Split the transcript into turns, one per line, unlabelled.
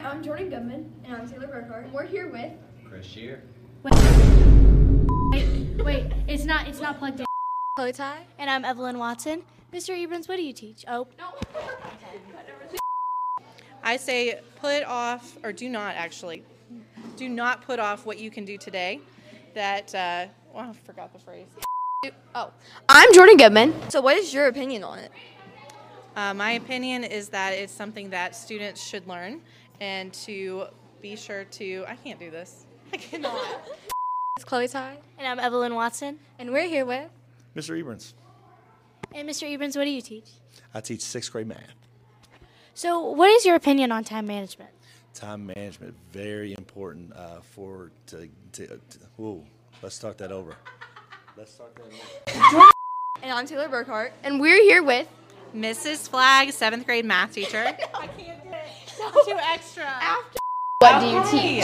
I'm Jordan Goodman. And I'm Taylor Burkhart. And we're here with.
Chris Shear.
Wait, wait, it's not it's not plugged in.
Chloe Ty.
And I'm Evelyn Watson. Mr. Ebrams, what do you teach? Oh,
I say put off, or do not actually, do not put off what you can do today. That, uh, well, I forgot the phrase. Oh,
I'm Jordan Goodman. So, what is your opinion on it?
uh, my opinion is that it's something that students should learn and to be sure to, I can't do this. I cannot.
It's Chloe Ty.
and I'm Evelyn Watson.
And we're here with.
Mr. Eberns,
And Mr. Ebrams, what do you teach?
I teach sixth grade math.
So, what is your opinion on time management?
Time management very important uh, for to to. to whoa, let's start that over. Let's start that over.
And I'm Taylor Burkhart. And we're here with.
Mrs. Flag, seventh grade math teacher. I can't do it. Too extra.
What do you teach?
Hey.